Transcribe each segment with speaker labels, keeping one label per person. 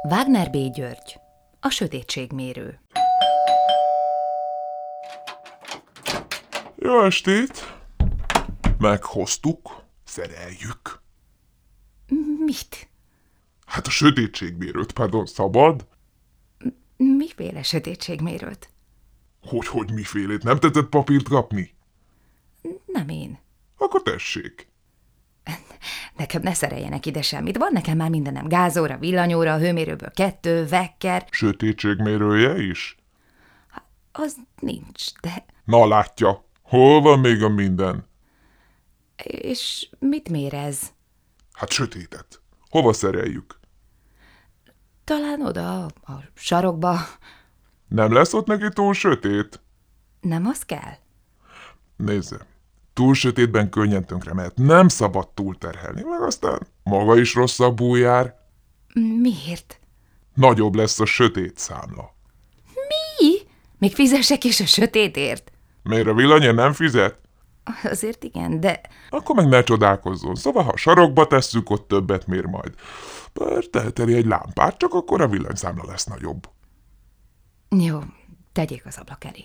Speaker 1: Wagner B. György, a sötétségmérő.
Speaker 2: Jó estét! Meghoztuk, szereljük.
Speaker 1: Mit?
Speaker 2: Hát a sötétségmérőt, pardon, szabad?
Speaker 1: Miféle sötétségmérőt?
Speaker 2: Hogy, hogy mifélét? Nem tetszett papírt kapni?
Speaker 1: Nem én.
Speaker 2: Akkor tessék.
Speaker 1: Nekem ne szereljenek ide semmit. Van nekem már mindenem. Gázóra, villanyóra, hőmérőből kettő, vekker.
Speaker 2: Sötétségmérője is?
Speaker 1: Az nincs, de...
Speaker 2: Na látja, hol van még a minden?
Speaker 1: És mit mér ez?
Speaker 2: Hát sötétet. Hova szereljük?
Speaker 1: Talán oda, a sarokba.
Speaker 2: Nem lesz ott neki túl sötét?
Speaker 1: Nem az kell?
Speaker 2: Nézze, túl sötétben könnyen tönkre mehet. Nem szabad túlterhelni, meg aztán maga is rosszabbul jár.
Speaker 1: Miért?
Speaker 2: Nagyobb lesz a sötét számla.
Speaker 1: Mi? Még fizessek is a sötétért?
Speaker 2: Miért a villanyér nem fizet?
Speaker 1: Azért igen, de
Speaker 2: Akkor meg ne csodálkozzon. Szóval, ha sarokba tesszük, ott többet mér majd. Bár teheteli egy lámpát, csak akkor a villanyszámla lesz nagyobb.
Speaker 1: jó, tegyék az ablak elé.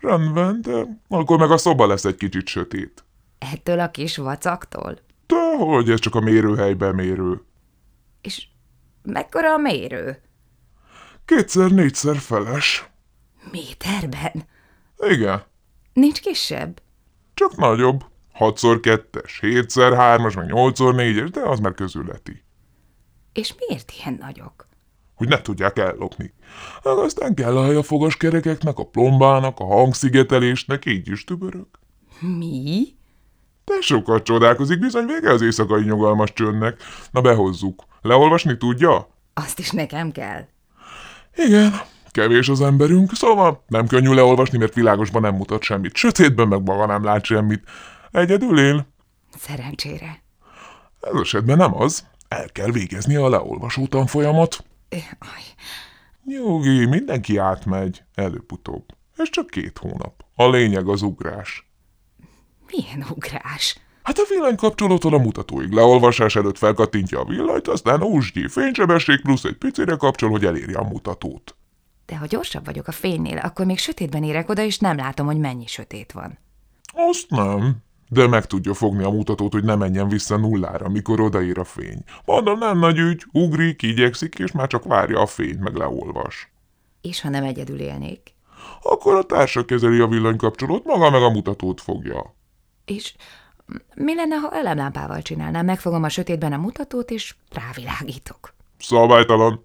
Speaker 2: Rendben, de akkor meg a szoba lesz egy kicsit sötét.
Speaker 1: Ettől a kis vacaktól.
Speaker 2: De hogy ez csak a mérőhelybe mérő.
Speaker 1: És mekkora a mérő?
Speaker 2: Kétszer-négyszer feles.
Speaker 1: Méterben?
Speaker 2: Igen,
Speaker 1: Nincs kisebb?
Speaker 2: csak nagyobb. 6x2-es, 7x3-as, meg 8x4-es, de az már közületi.
Speaker 1: És miért ilyen nagyok?
Speaker 2: Hogy ne tudják ellopni. Hát aztán kell a hely a fogaskerekeknek, a plombának, a hangszigetelésnek, így is tübörök.
Speaker 1: Mi?
Speaker 2: De sokat csodálkozik, bizony vége az éjszakai nyugalmas csöndnek. Na behozzuk. Leolvasni tudja?
Speaker 1: Azt is nekem kell.
Speaker 2: Igen, kevés az emberünk, szóval nem könnyű leolvasni, mert világosban nem mutat semmit. Sötétben meg maga nem lát semmit. Egyedül él.
Speaker 1: Szerencsére.
Speaker 2: Ez esetben nem az. El kell végezni a leolvasó tanfolyamat.
Speaker 1: Ö, Aj,
Speaker 2: Nyugi, mindenki átmegy. Előbb-utóbb. Ez csak két hónap. A lényeg az ugrás.
Speaker 1: milyen ugrás.
Speaker 2: Hát a villanykapcsolótól a mutatóig leolvasás előtt felkattintja a villanyt, aztán úsgyi fénysebesség plusz egy picire kapcsol, hogy elérje a mutatót.
Speaker 1: De ha gyorsabb vagyok a fénynél, akkor még sötétben érek oda, és nem látom, hogy mennyi sötét van.
Speaker 2: Azt nem. De meg tudja fogni a mutatót, hogy ne menjen vissza nullára, mikor odaír a fény. Mondom, nem nagy ügy, ugrik, igyekszik, és már csak várja a fényt, meg leolvas.
Speaker 1: És ha nem egyedül élnék?
Speaker 2: Akkor a társa kezeli a villanykapcsolót, maga meg a mutatót fogja.
Speaker 1: És mi lenne, ha elemlámpával csinálnám? Megfogom a sötétben a mutatót, és rávilágítok.
Speaker 2: Szabálytalan.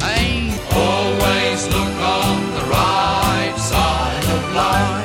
Speaker 3: Hey, always look on the right side of life.